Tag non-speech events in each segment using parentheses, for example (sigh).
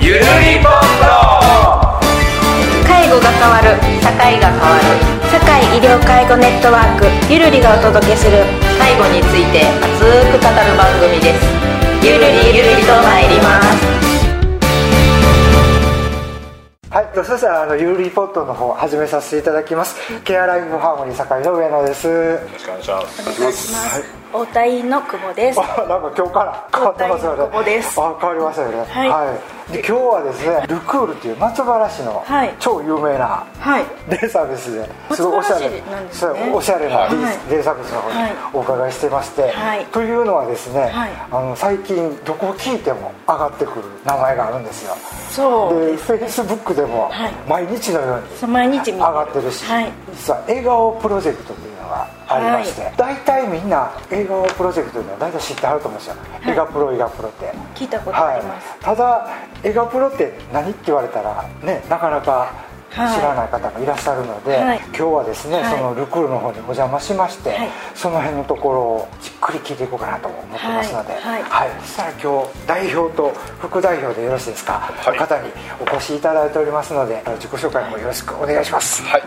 ゆるりぽんと介護が変わる社会が変わる社会医療介護ネットワークゆるりがお届けする介護について熱く語る番組ですゆるりゆるりと参りますはい、そしたらあのユーリーポットの方始めさせていただきます。ケアライフハーモニー堺の上野です。よろしくお願いします大田院の久保ですあ、なんか今日から変わってますよね。ここですあ、変わりましたよね。はいで今日はですね、ルクールっていう松原市のはい超有名なはいデイサービスで、すごいおしゃれ松原市なんですねそうおしゃれなデイ,、はいデイサービスの方はにいお伺いしてまして、はいというのはですね、はいあの最近どこ聞いても上がってくる名前があるんですよ。そうで、ですフェイスブックでもはい毎日のように。そう毎日見てる上がってるし、はい実は笑顔プロジェクトというのがありまして、は大体みんな笑顔プロジェクトというのは大体知ってはると思うんですよ、笑顔プロ笑顔プロって聞いたことあります、はい、ただ笑顔プロって何って言われたらねなかなか知はいらない方もいらっしゃるので、はい今日はですね、はそいのルクールの方にお邪魔しまして、はいその辺のところをじっくり聞いていこうかなと思ってますので、はいはいそしたら今日代表と副代表でよろしいですか、い方にお越しいただいておりますので自己紹介もよろしくお願いしますはい、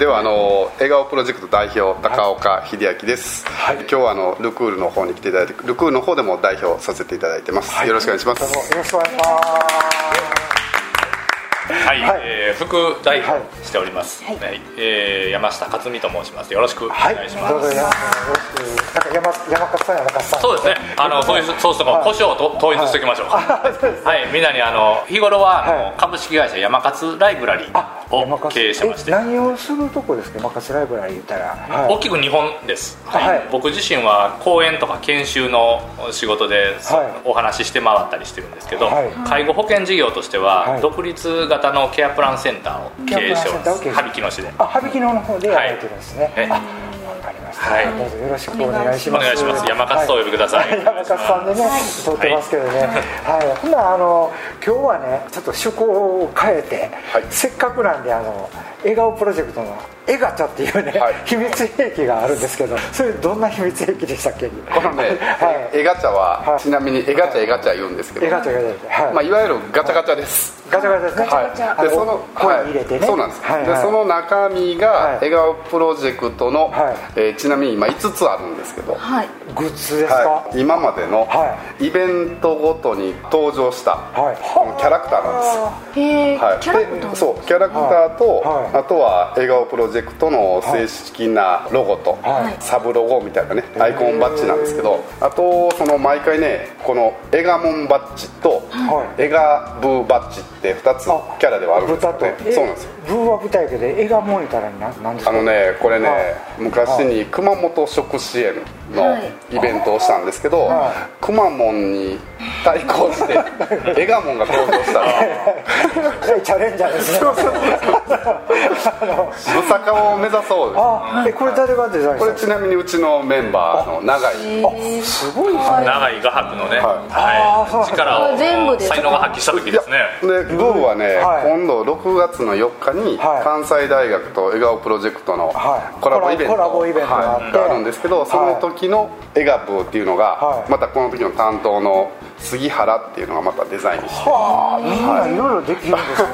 ではあの笑顔プロジェクト代表高岡秀明です、はい今日はあのルクールの方に来ていただいてルクールの方でも代表させていただいてます、よろしくお願いしまどうもすよろしくお願いしますはい、はいえー副代はい表しております、はいはいえー山下克美と申しますよろしくおはい願いします、どうぞよろしくよろしくなんか山山勝さんや中さんそうですねあのそういうそうするとはい胡椒をと統一しておきましょうはあそうですい、みんなにあの日頃はあの、はい株式会社山勝ライブラリあーを経営してましてえ何をするとこですか山勝ライブラリー言ったらはい大きく日本です、はいはい僕自身は講演とか研修の仕事で、そはいお話しして回ったりしてるんですけど、はい介護保険事業としてははい独立型のケアプランセンターを経営しておりまケすアプランセンターを経営羽曳野市であ、羽曳野の方でやられてるんですね。はいあ、わかりました。はいどうぞよろしくお願いしおます。願いします山勝とお呼びください、山勝さんでね、撮ってますけどね、はい、ほんならあの今日はね、ちょっと趣向を変えて、はいせっかくなんであの笑顔プロジェクトのエガチャっていうね、はい秘密兵器があるんですけど、それどんな秘密兵器でしたっけ？このね、はい、えガチャは、はいちなみにえガチャえガチャ言うんですけど、エガチャエガチャ、はい、まあ、いわゆるガチャガチャです、ガチャガチャですね。はい、でその声に入れてね、はいそうなんです、はいではいその中身がはい笑顔プロジェクトの、はいえーちなみに今5つあるんですけど、はいグッズですか？はい、今までのはイベントごとに登場した、はいこのキャラクターなんですへえ、はい、キャラクタでーそうキャラクターと、はいはいあとは笑顔プロジェクトの正式なロゴと、はいサブロゴみたいなねアイコンバッジなんですけどあとその毎回ねこのエガモンバッジと、はエガブーバッジって2つあキャラではあるんです豚よとねそうなんですよブーは豚やけど絵がモニターにななんですかあのねこれね、はい昔に熊本食支援のはいイベントをしたんですけど、はくまモンに対抗して (laughs) エガモンが登場したらチャレンジャーですねあのブサカを目指そうあえこれ誰がデザインこれしちなみにうちのメンバーの永井たすごいですね長い画伯のね、はあーそうなんはい、力をだ全部で才能が発揮した時ですねでブーはね、はい今度6月の4日にはい関西大学と笑顔プロジェクトのはいコラボイベント,コはい、ラボイベントがあってがあるんですけどその時の笑顔ブーっていうのが、はいまたこの時の担当の杉原っていうのがまたデザインしてはあみんないろいろできるんですね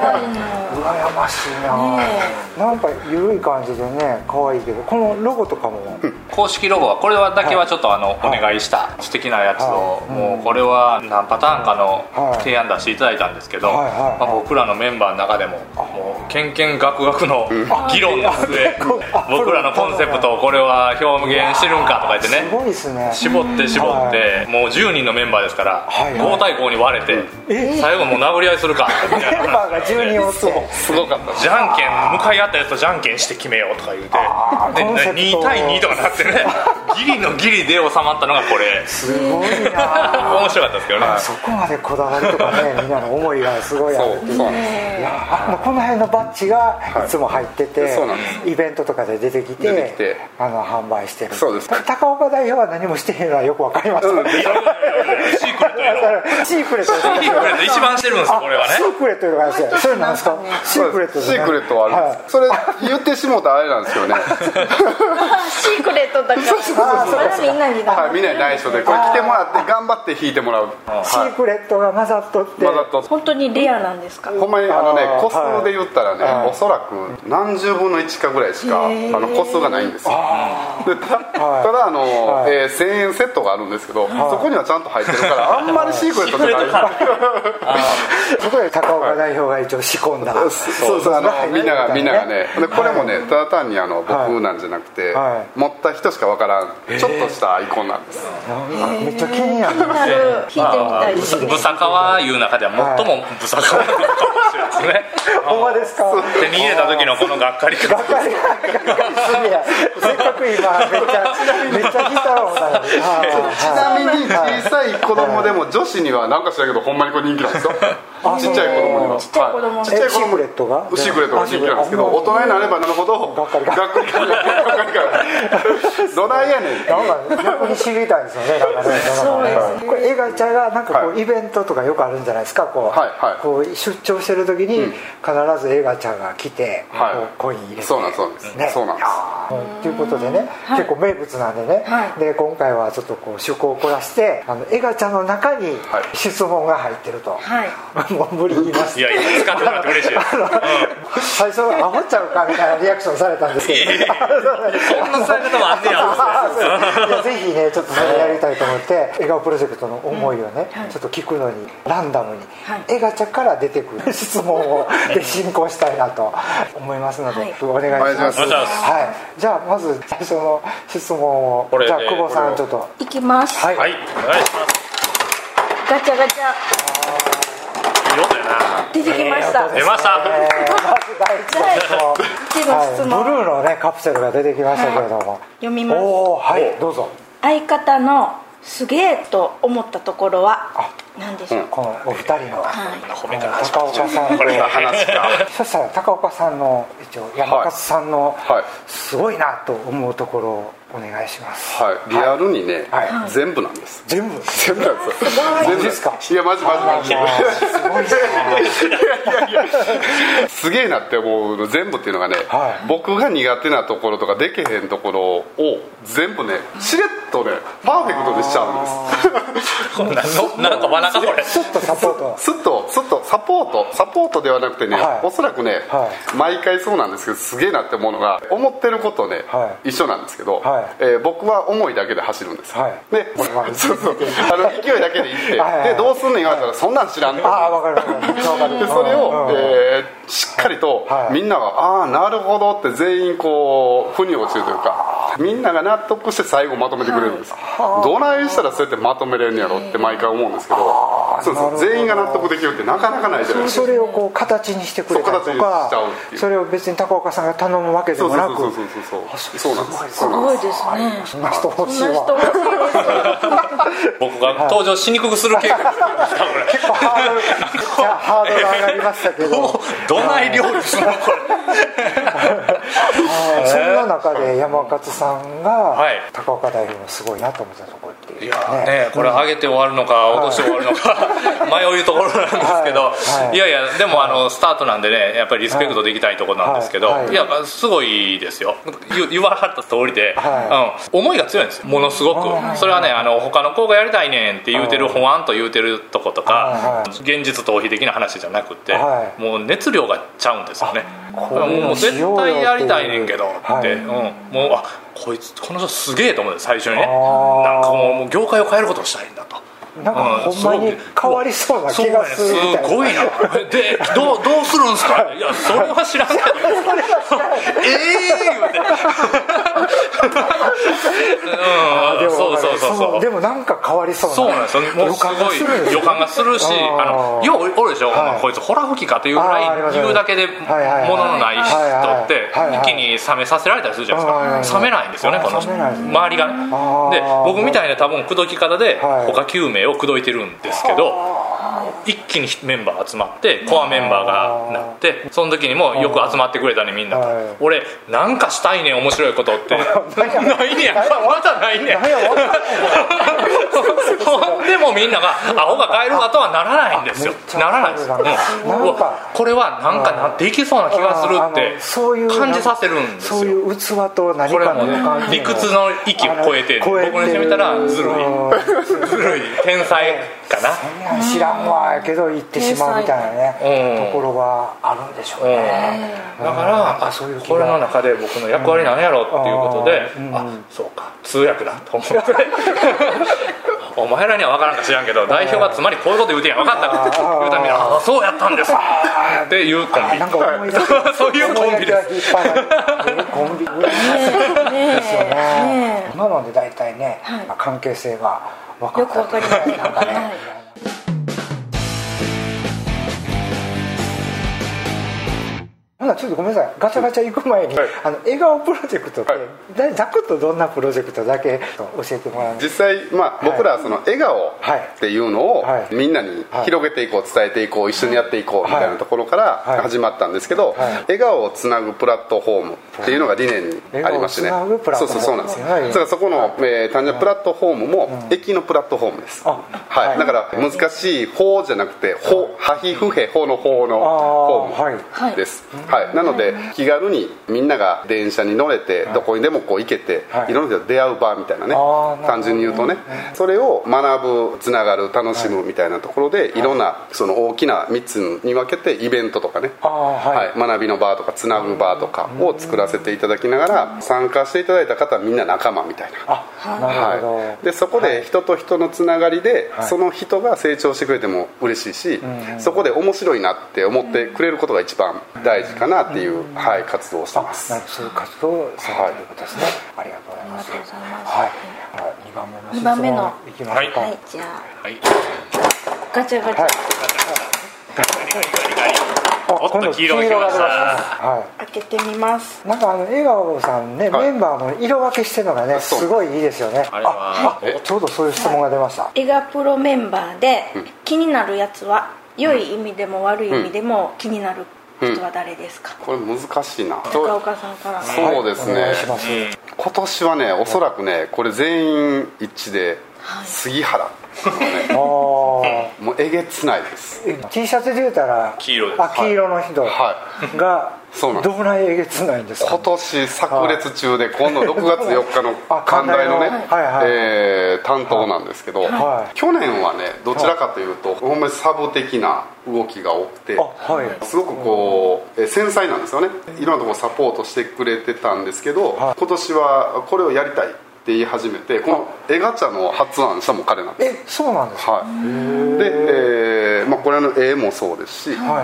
羨ましいななんか緩い感じでね可愛いけどこのロゴとかも公式ロゴはこれはだけはちょっとあのお願いした素敵なやつをはいもうこれは何パターンかのはい提案出していただいたんですけどはいはいはいまあ僕らのメンバーの中でももうけんけんがくがくの議論の末あ僕らのコンセプトをこれは表現してるんかとか言ってすごねいですね絞って絞ってもう10人のメンバーですからはいはい5対5に割れてえ最後もう殴り合いするかみたいメンなバーが10人おってすごかったじゃんけん向かい合ったやつとじゃんけんして決めようとか言うあーコンセてプでト2対2とかなってねギリのギリで収まったのがこれすごいな面白かったですけどねそこまでこだわりとかねみんなの思いがすごいあるってそういうそうなんですいやーもうこの辺のバッジがいいつも入ってて、そうなんですイベントとかで出てきて出てきてあの販売してるそうです高岡代表は何もしてへんのはよくわかりました、うんでシークレットややろシークレットですシークレット一番してるんですよこれはねシークレットいうのがあるんですよそれなんですかシークレットですシねークレットはあるんです、それ言ってしもうたらあれなんですよ (laughs) ね (laughs) シークレットだからあーそうかそれはみんなにだはいみんなに内緒でこれ来てもらって頑張って弾いてもらうはいシークレットが混ざっとってまだと本当にレアなんですかほんまにあのねあー個数で言ったらね、はいおそらく何十分の1かぐらいしかあの個数がないんですよでたたはいだあの、はいえー1000円セットがあるんですけど、そこにはちゃんと入ってるからあんまりシークレットじゃないそこで高岡代表が一応仕込んだそうそうあのみんながみんながねでこれもねただ単にあのはい僕なんじゃなくて、はい持った人しかわからんちょっとしたアイコンなんです、あめっちゃ気になるなる聞いてみたいですブサカワいう中では最もブサカワなのかもしれないですねほんまですか手に入れた時のこのがっかりが感っかりがっかりすぎやせっかく今めっちゃめっちゃギターをたのにちなみに小さい子供でも女子にはなんか知らんけどほんまにこれ人気なんですよちっちゃい子供にはちっちゃい子供にえはちっちゃい子シー供クレットがシークレットが人気なんですけどあ大人になればなるほどがっかりががっかりががっかりがどないやねんなんか逆に知りたいですよね。なんかねそうですなねんかこれ映画ちゃんがなんかこはうイベントとかよくあるんじゃないですか。こう、はいはいこう出張してる時に必ず映画ちゃんが来て、はいこうコイン入れて。 (laughs) そうなんですそうなんですねそうなんですうんということでね、結構名物なんでね、はいで今回はちょっとこう趣向を凝らしてあの映画ちゃんの中にはい質問が入ってると、はい (laughs) もう無理言いますいやいや使ってもらって嬉しいですあの最初「アホちゃうか」みたいなリアクションされたんですけどそんな使い方もあんねやいやぜひねちょっとそれやりたいと思って笑顔プロジェクトの思いをね、ちょっと聞くのにランダムに、はいエガチャから出てくる質問をで進行したいなと思いますので、はいお願いお願いししまますすはい、じゃあまず最初の質問をこれじゃあえー久保さんちょっといきますはい、はいお願いしますガチャガチャいい音やな出てきました出ましたえーまず第一の一質問、の質問はい、ブルーのねカプセルが出てきましたけれども、読みますおおはいどうぞ相方のすげえと思ったところはあ何でしょうこのお二人の、はい褒めから高岡さんこれ今話か (laughs) そしたら高岡さんの一応山勝さんのはいすごいなと思うところをお願いします、はいリアルにねはい全部なんです全部全部なん (laughs) ですよ全部マジっすかいやマジマジマジすごいですね (laughs) すげえなって思うの全部っていうのがね、はい僕が苦手なところとかでけへんところを全部ねしれっとねパーフェクトにしちゃうんですこんなんのなんか真中これちょっとサポートすっとすっとサポートサポートではなくてね、はいおそらくね、は毎回そうなんですけどすげえなって思うのが思ってることね、は一緒なんですけど、はいえー僕は思いだけで走るんです、はいでこれはそうそうあの勢いだけで行って、はいはいはいでどうすんの言われたら、そんなん知らんとああ分かる分かる分かるでそれうんを、うんえーしっかりとはいみんなが「ああなるほど」って全員こう腑に落ちるというかみんなが納得して最後まとめてくれるんです、どないしたらそうやってまとめれるんやろって毎回思うんですけどそうなるほそうど全員が納得できるってなかなかないじゃないですそかれをこう形にしてくれたりそう形とにしちゃうかっていうそれを別に高岡さんが頼むわけでそうもそうなそうくそうそうそうそうなんですすそうなんごでいですねそんな人欲しいそんな人わ欲しいです僕が登場しにくくする計画ですかこれ結構ハードルじゃあハードル上がりましたけどどう (laughs) どない料理するのこ (laughs) そんな中で山勝さんがはい高岡大表のすごいなと思ったところっていうれいやーねこれ上げて終わるのか落として終わるの (laughs) か迷うところなんですけど、はいいはいやいやでもあのスタートなんでねやっぱりリスペクトできたいところなんですけど、はいいはいやすごいですよ言言わはった通りで、はうん思いが強いんですよものすごあーくそれはねあの他の子がやりたいねんって言うてるほわんと言うてるとことはかい現実逃避的な話じゃなくて、はいもう熱量がちゃうんですよねこういうものうし絶ようよっていう対やりたいねんけどって、はいうん、もうあこいつこの人すげえと思って最初にねあーなんかもうもう業界を変えることをしたいんだと。なんかうほんまに変わりそうな気がするみたいなそうやねすごいなでどうどうするんですかいやそれは知らんけどええー、言うて (laughs) でうんもそうそうそうそそうのでもなんか変わりそうなそうなんですよもう予す感がするんごですいよ予感がするしあーあのようおるでしょ、はいこいつホラ吹きかというぐあーありまらいすね言うだけでもはいはいはいののない人ってはいはいはい一気に冷めさせられたりするじゃあーありないまですすかね冷めないんですよねこの人冷めないですね周りがねあーで僕みたいな多分口説き方ではい他9名を口説いてるんですけど一気にメンバー集まってコアメンバーがなってその時にもよく集まってくれたねみんなはい俺なんかしたいねん面白いことって (laughs) ないねんまだないねん何やわかんないほんでもみんなが「アホが帰るわ」とはならないんですよあめっちゃならないです、わかるうんなんかうわこれはなんかなっていけそうな気がするあーあのそういっうて感じさせるんですそういよう器と何これかものね関係理屈の域を超えてるあの僕にしてみたらずるいうん (laughs) ずるい天才かなそんなん知らんわやけど行ってしまうみたいなね、うんところがあるんでしょううんね、だからあそういう気がこれの中で僕の役割なんやろっていうことでうんあうんそうか通訳だと思って (laughs) お前らには分からんか知らんけど代表がつまりこういうこと言うてんや分かったかあー言うためにああそうやったんですっていうコンビなんか思い出そういうコンビですすコンビぐらいですよね今まで大体ね、まあ関係性が分かったよくわかりますなんかね、はいほなちょっとごめんなさいガチャガチャ行く前に、はいあの笑顔プロジェクトって、はいだざくっとどんなプロジェクトだけ教えてもらえます実際、まあ、僕らはその笑顔っていうのをはいみんなに広げていこう伝えていこう一緒にやっていこうみたいなところかはいら始まったんですけどはい笑顔をつなぐプラットフォームっていうのが理念にありましてね笑顔をつなぐプラッそトうフォームそうそうなんですよはいだからそこのえー単純なプラットフォームも駅のプラットフォームですあははいいだから難しい「ほ」じゃなくて「ほ」「はひふへほ」の「ほ」のあー「フォーはいムですはいなので気軽にみんなが電車に乗れてどこにでもこう行けてはいいろんな人と出会う場みたいなねあーなるほど単純に言うとねそれを学ぶつながる楽しむみたいなところでいろんなその大きな3つに分けてイベントとかねあーはいはい学びの場とかつなぐ場とかを作らせていただきながら参加していただいた方はみんな仲間みたいなあなるほど、はい、でそこで人と人のつながりで、その人が成長してくれても嬉しいし、そこで面白いなって思ってくれることが一番大事かなっていう、はい、活動をしてます、なんかそういう活動をされているということですね、ありがとうございますありがとうございますはい、はい、2番目の二番目の質問いきますか、ははいじゃあはいガチャガチャ、はいおっと黄色いきましたは開けてみますい、なんかあの笑顔さんね、はいメンバーも色分けしてるのがねそうすごいいいですよねあれはえちょうどそういう質問が出ました、映画プロメンバーで気になるやつは良い意味でも悪い意味でも気になる人は誰ですか、これ難しいな高岡さんからそうですね、お願いします、今年はねおそらくねこれ全員一致で、杉原 (laughs) あーもうえげつないですえ T シャツで言うたら黄色ですあ黄色の人はいがそうなんでどすぐらいえげつないんですか今年炸裂中で今度6月4日の (laughs) あ寛大の寛大ねのはいはいえー担当なんですけどはい去年はねどちらかというとほんまにサブ的な動きが多くてあはいすごくこうえー繊細なんですよねいろんなところサポートしてくれてたんですけどは今年はこれをやりたいって言い始めてこの絵ガチャの発案したのも彼なんですえそうなんですかはい、で、えーまあ、これの絵もそうですし、はいはい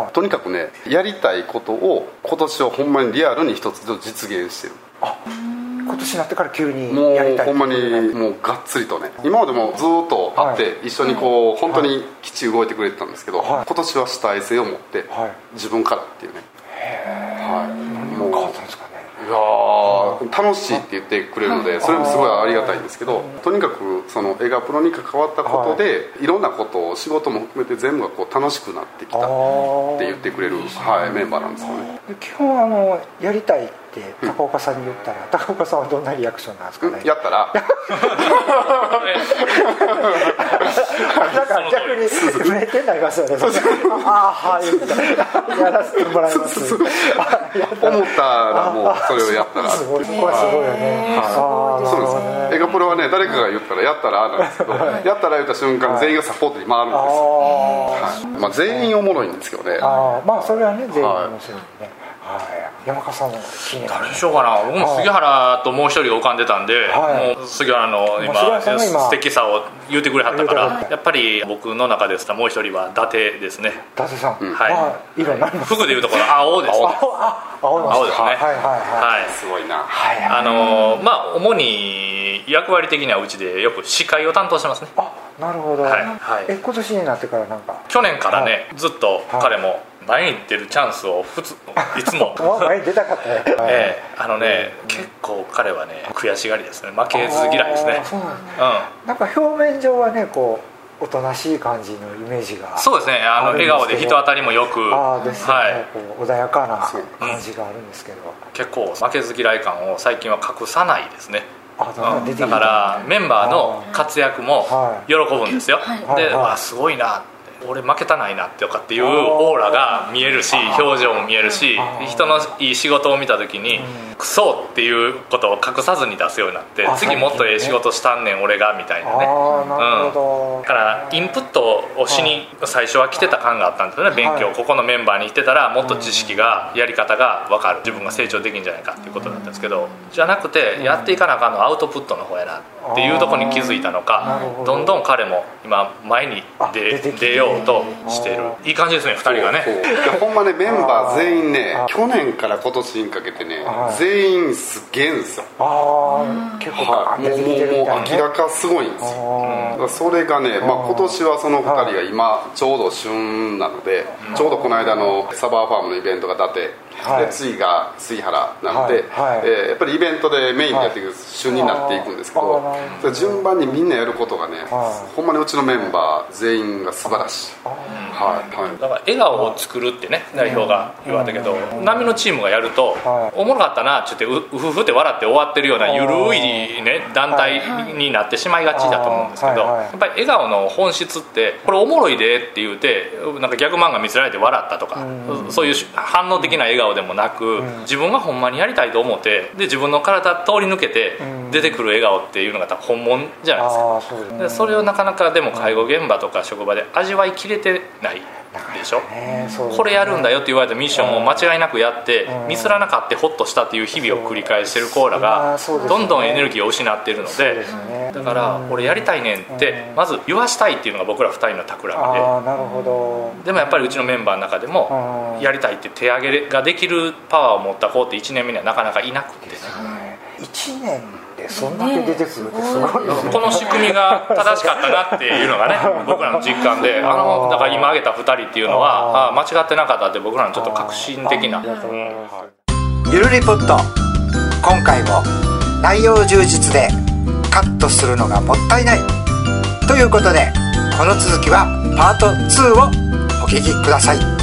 はいとにかくねやりたいことを今年はほんまにリアルに一つずつ実現してる今年になってから急にもやりうたいほんまっていうにもうがっつりとね今までもずっと会っはて一緒にこう本当に基地動いてくれてたんですけど、はい今年は主体性を持ってはい自分からっていうねはいもう変わったんですかねいやー楽しいって言ってくれるのでそれもすごいありがたいんですけどとにかくその映画プロに関わったことでいろんなことを仕事も含めて全部がこう楽しくなってきたあーって言ってくれる、はい、メンバーなんですよねで基本あのやりたいって高岡さんに言ったら、高岡さんはどんなリアクションなんですかねやったらだから逆に売れてなりますよねああはいみたいなやらせてもらいますそうそうあやっ (laughs) 思ったらもうそれをやったらすごいこれはすごいよねああなるほそうなんどですねエガプロはね誰かが言ったら「やったら」なんですけどやったら言った瞬間全員がサポートに回るんであすよ、あはいまあ、全員おもろいんですけどねああまあそれはね全員面白いね、はい、山笠も気になる誰にしようかな僕も杉原ともう一人浮かんでたんで、はいもう杉原の今もう杉原さんが今素敵さを言うてくれはったか言うてくれらたやっぱり僕の中ですともう一人は伊達ですね伊達さん、はいまあ色何も服でいうところ青です青あ青なん青ですねはいはいはいはいすごいなはいはいあのーまあ主に役割的にはうちでよく司会を担当してますねあなるほど、はいはいえ今年になってからなんか去年からね、ずっと彼も前に出るチャンスを普通いつ (laughs) もあ前に出たかったね、はい (laughs) ええあのね、結構彼はね悔しがりですね負けず嫌いですねあーそうなんだうんなんか表面上はねこうおとなしい感じのイメージがそうですねあのあるんですけ笑ど顔で人当たりもよくああですよね、はい、こう穏やかな感じがあるんですけど、結構負けず嫌い感を最近は隠さないですねあだんだん出てきただからメンバーの活躍もはい喜ぶんですよ、はいで、はいわあすごいなって俺負けたないなとかっていうオーラが見えるし表情も見えるしー人のいい仕事を見た時にクソっていうことを隠さずに出すようになってあ次もっとええ仕事したんねん俺がみたいなねああなるほど、だからインプットをしに最初は来てた感があったんですよね勉強はいここのメンバーに来てたらもっと知識がやり方が分かる自分が成長できるんじゃないかっていうことだったんですけどじゃなくてやっていかなあかんのはアウトプットの方やなっていうところに気づいたのあーなかるほどどんどん彼も今前にあ出出てきて出ようとしてるいい感じですね2人がそうねいやほんまねメンバー全員ねあー去年から今年にかけてねはい全員すげえんですよああ結構ガーはンいって出てきもうてるみもうたいな、ね明らかすごいんですよだからそれがね、まあ、今年はその2人が今ちょうど旬なのでちょうどこの間のサバーファームのイベントが伊達、はいで次が杉原なので、はいはいえーやっぱりイベントでメインでやっていく旬になっていくんですけど、あーあーなるほど順番にみんなやることがね、はいほんまにうちのメンバー全員が素晴らしい、はいはいだから笑顔を作るってね代表が言われたけど波のチームがやるとはいおもろかったなって言ってううふふって笑って終わってるようなゆるいね団体になってしまいがちだと思うんですけどはいはいやっぱり笑顔の本質ってこれおもろいでって言うてなんかギャグ漫画見せられて笑ったとかそういう反応的な笑顔でもなく自分がほんまにやりたいと思ってで自分の体通り抜けて出てくる笑顔っていうのが多分本物じゃないですかああそうですねでそれをなかなかでも介護現場とか職場で味わいきれてないでしょねそうこれやるんだよって言われたミッションを間違いなくやってミスらなかってホッとしたっていう日々を繰り返してるコーラまがあそうですねどんどんエネルギーを失っているのそうでですねだから俺やりたいねんってまず言わしたいっていうのが僕ら2人の企みでああなるほどでもやっぱりうちのメンバーの中でもうんやりたいって手上げができるパワーを持った子って1年目にはなかなかいなくてね1年でそんだけ出てくるってすごいですねこの仕組みが正しかったなっていうのがね僕らの実感であのだから今挙げた2人っていうのはあー間違ってなかったって僕らのちょっと革新的なゆるりポット今回も内容充実でカットするのがもったいないということでこの続きはパート2をお聞きください